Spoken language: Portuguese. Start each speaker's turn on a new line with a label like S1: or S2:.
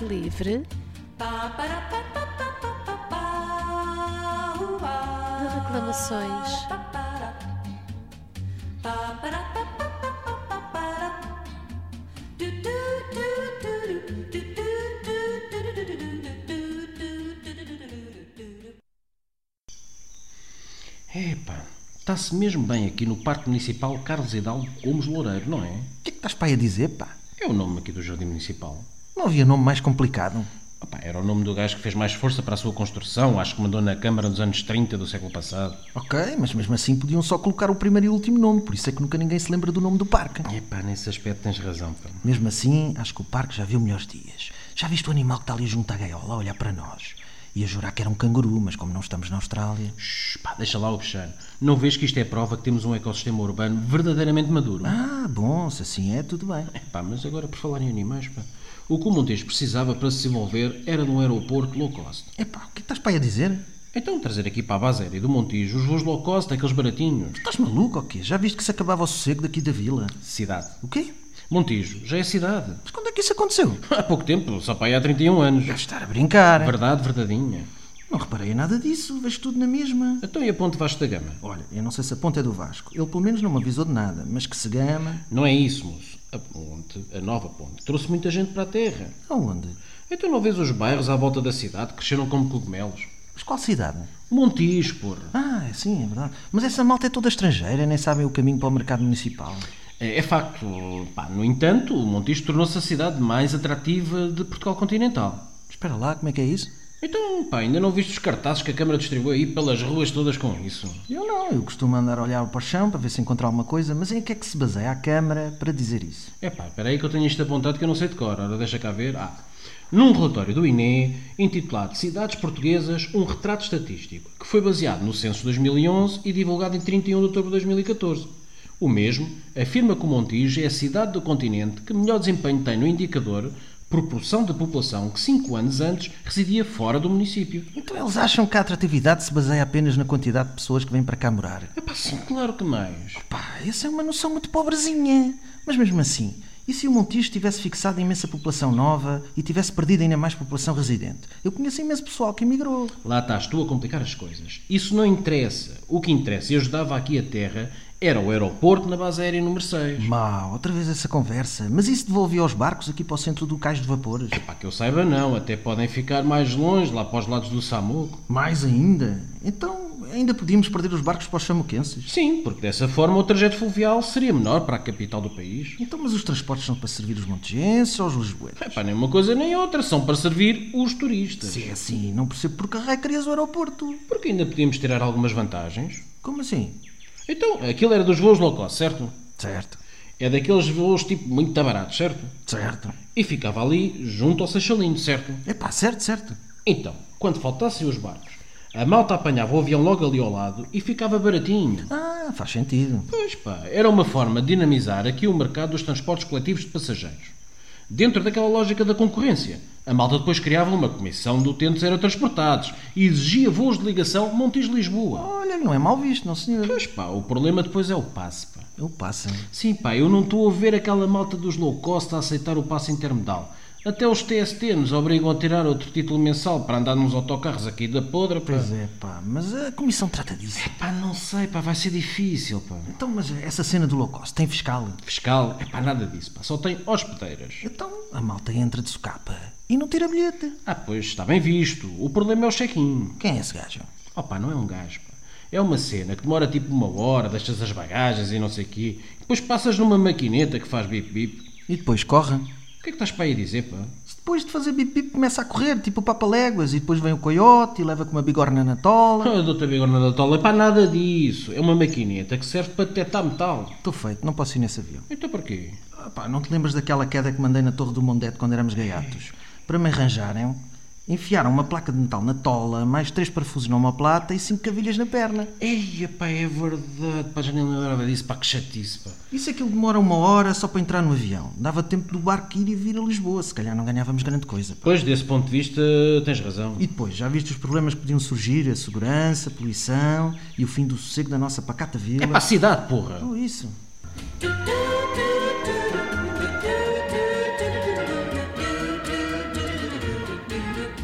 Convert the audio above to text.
S1: Livre de reclamações.
S2: Epá, está-se mesmo bem aqui no Parque Municipal Carlos Hidalgo Gomes Loureiro, não é?
S3: O que é que estás para aí a dizer, pá?
S2: É o nome aqui do Jardim Municipal.
S3: Não havia nome mais complicado.
S2: Opa, era o nome do gajo que fez mais força para a sua construção, acho que mandou na Câmara nos anos 30 do século passado.
S3: Ok, mas mesmo assim podiam só colocar o primeiro e o último nome, por isso é que nunca ninguém se lembra do nome do parque.
S2: Epá, nesse aspecto tens razão, pá.
S3: Mesmo assim, acho que o parque já viu melhores dias. Já viste o animal que está ali junto à gaiola a olhar para nós? Ia jurar que era um canguru, mas como não estamos na Austrália.
S2: Shhh, pá, deixa lá o bichano. Não vês que isto é prova que temos um ecossistema urbano verdadeiramente maduro?
S3: Ah, bom, se assim é, tudo bem.
S2: Epá, mas agora por falar em animais, pá. O que o Montes precisava para se desenvolver era de um aeroporto low cost.
S3: Epá, o que é que estás para aí a dizer?
S2: Então trazer aqui para a base aérea do Montijo os voos low cost, aqueles baratinhos.
S3: Estás maluco ou quê? Já viste que se acabava o sossego daqui da vila?
S2: Cidade.
S3: O quê?
S2: Montijo, já é cidade.
S3: Mas quando é que isso aconteceu?
S2: Há pouco tempo, só para aí há 31 anos.
S3: Deves estar a brincar.
S2: Verdade, verdadeinha.
S3: Não reparei em nada disso, vejo tudo na mesma.
S2: Então e a ponte Vasco da Gama?
S3: Olha, eu não sei se a ponta é do Vasco. Ele pelo menos não me avisou de nada, mas que se gama.
S2: Não é isso, moço. A ponte, a nova ponte, trouxe muita gente para a terra.
S3: Aonde?
S2: Então não vês os bairros à volta da cidade que cresceram como cogumelos?
S3: Mas qual cidade?
S2: Montijo, porra.
S3: Ah, é sim, é verdade. Mas essa malta é toda estrangeira, nem sabem o caminho para o mercado municipal.
S2: É, é facto. Pá, no entanto, o Montijo tornou-se a cidade mais atrativa de Portugal continental.
S3: Espera lá, como é que é isso?
S2: Então, pá, ainda não viste os cartazes que a Câmara distribui aí pelas ruas todas com isso?
S3: Eu não, eu costumo andar a olhar para o chão para ver se encontro alguma coisa, mas em que é que se baseia a Câmara para dizer isso?
S2: É pá, espera aí que eu tenho isto apontado que eu não sei de cor. Ora, deixa cá ver. Ah, num relatório do INE intitulado Cidades Portuguesas, um retrato estatístico, que foi baseado no censo de 2011 e divulgado em 31 de outubro de 2014. O mesmo afirma que o Montijo é a cidade do continente que melhor desempenho tem no indicador proporção da população que cinco anos antes residia fora do município.
S3: Então eles acham que a atratividade se baseia apenas na quantidade de pessoas que vêm para cá morar.
S2: Epá, sim, claro que mais.
S3: Pá, essa é uma noção muito pobrezinha. Mas mesmo assim, e se o Montijo tivesse fixado imensa população nova e tivesse perdido ainda mais população residente? Eu conheço imenso pessoal que emigrou.
S2: Lá estás tu a complicar as coisas. Isso não interessa. O que interessa e ajudava aqui a terra era o aeroporto na base aérea número 6.
S3: Mau, outra vez essa conversa. Mas isso devolvia os barcos aqui para o centro do cais de vapores?
S2: Epá, que eu saiba não. Até podem ficar mais longe, lá para os lados do Samuco.
S3: Mais ainda? Então ainda podíamos perder os barcos para os chamuquenses?
S2: Sim, porque dessa forma o trajeto fluvial seria menor para a capital do país.
S3: Então mas os transportes são para servir os montigenses ou os lisboetas?
S2: Epá, nem uma coisa nem outra. São para servir os turistas.
S3: Se é assim, não percebo porque raio querias o aeroporto.
S2: Porque ainda podíamos tirar algumas vantagens.
S3: Como assim?
S2: Então, aquilo era dos voos low cost, certo?
S3: Certo,
S2: É daqueles voos tipo muito baratos, certo?
S3: certo.
S2: E ficava ali junto ao Seixalinho, certo?
S3: É pá, certo, certo.
S2: Então, quando faltassem os barcos, a malta apanhava o avião logo ali ao lado e ficava baratinho.
S3: Ah, faz sentido.
S2: Pois pá, era uma forma de dinamizar aqui o mercado dos transportes coletivos de passageiros. Dentro daquela lógica da concorrência, a malta depois criava uma comissão de utentes aerotransportados e exigia voos de ligação Montes-Lisboa.
S3: Olha, não é mal visto, não senhor.
S2: Pois pá, o problema depois é o passe, pá.
S3: Eu passo.
S2: Sim, pá, eu não estou a ver aquela malta dos low cost a aceitar o passo intermodal. Até os TST nos obrigam a tirar outro título mensal para andar nos autocarros aqui da podra. Pá.
S3: Pois é, pá, mas a comissão trata disso.
S2: Pá, não sei, pá, vai ser difícil, pá.
S3: Então, mas essa cena do low cost tem fiscal?
S2: Fiscal, é pá, nada disso, pá, só tem hospedeiras.
S3: Então, a malta entra de socapa e não tira bilhete.
S2: Ah, pois, está bem visto. O problema é o check-in.
S3: Quem é esse gajo?
S2: Oh pá, não é um gajo, pá. É uma cena que demora tipo uma hora, deixas as bagagens e não sei o quê. Depois passas numa maquineta que faz bip-bip.
S3: E depois corre.
S2: O que é que estás para aí dizer, pá?
S3: Se depois de fazer bip-bip começa a correr, tipo o papaléguas, e depois vem o coiote e leva com uma bigorna na tola.
S2: Ah, doutor Bigorna da Tola, pá, nada disso. É uma maquineta que serve para detectar metal.
S3: Estou feito, não posso ir nesse avião.
S2: Então porquê?
S3: Ah, pá, não te lembras daquela queda que mandei na Torre do Mondete quando éramos gaiatos? Para me arranjarem, enfiaram uma placa de metal na tola, mais três parafusos na omoplata e cinco cavilhas na perna.
S2: Ei, pá, é verdade, pá, já nem lembrava disso, pá, que chatice, pá.
S3: E se aquilo é demora uma hora só para entrar no avião? Dava tempo do barco ir e vir a Lisboa, se calhar não ganhávamos grande coisa. pá.
S2: Pois, desse ponto de vista, tens razão.
S3: E depois, já viste os problemas que podiam surgir? A segurança, a poluição e o fim do sossego da nossa pacata vila?
S2: É para a cidade, porra.
S3: Tudo isso.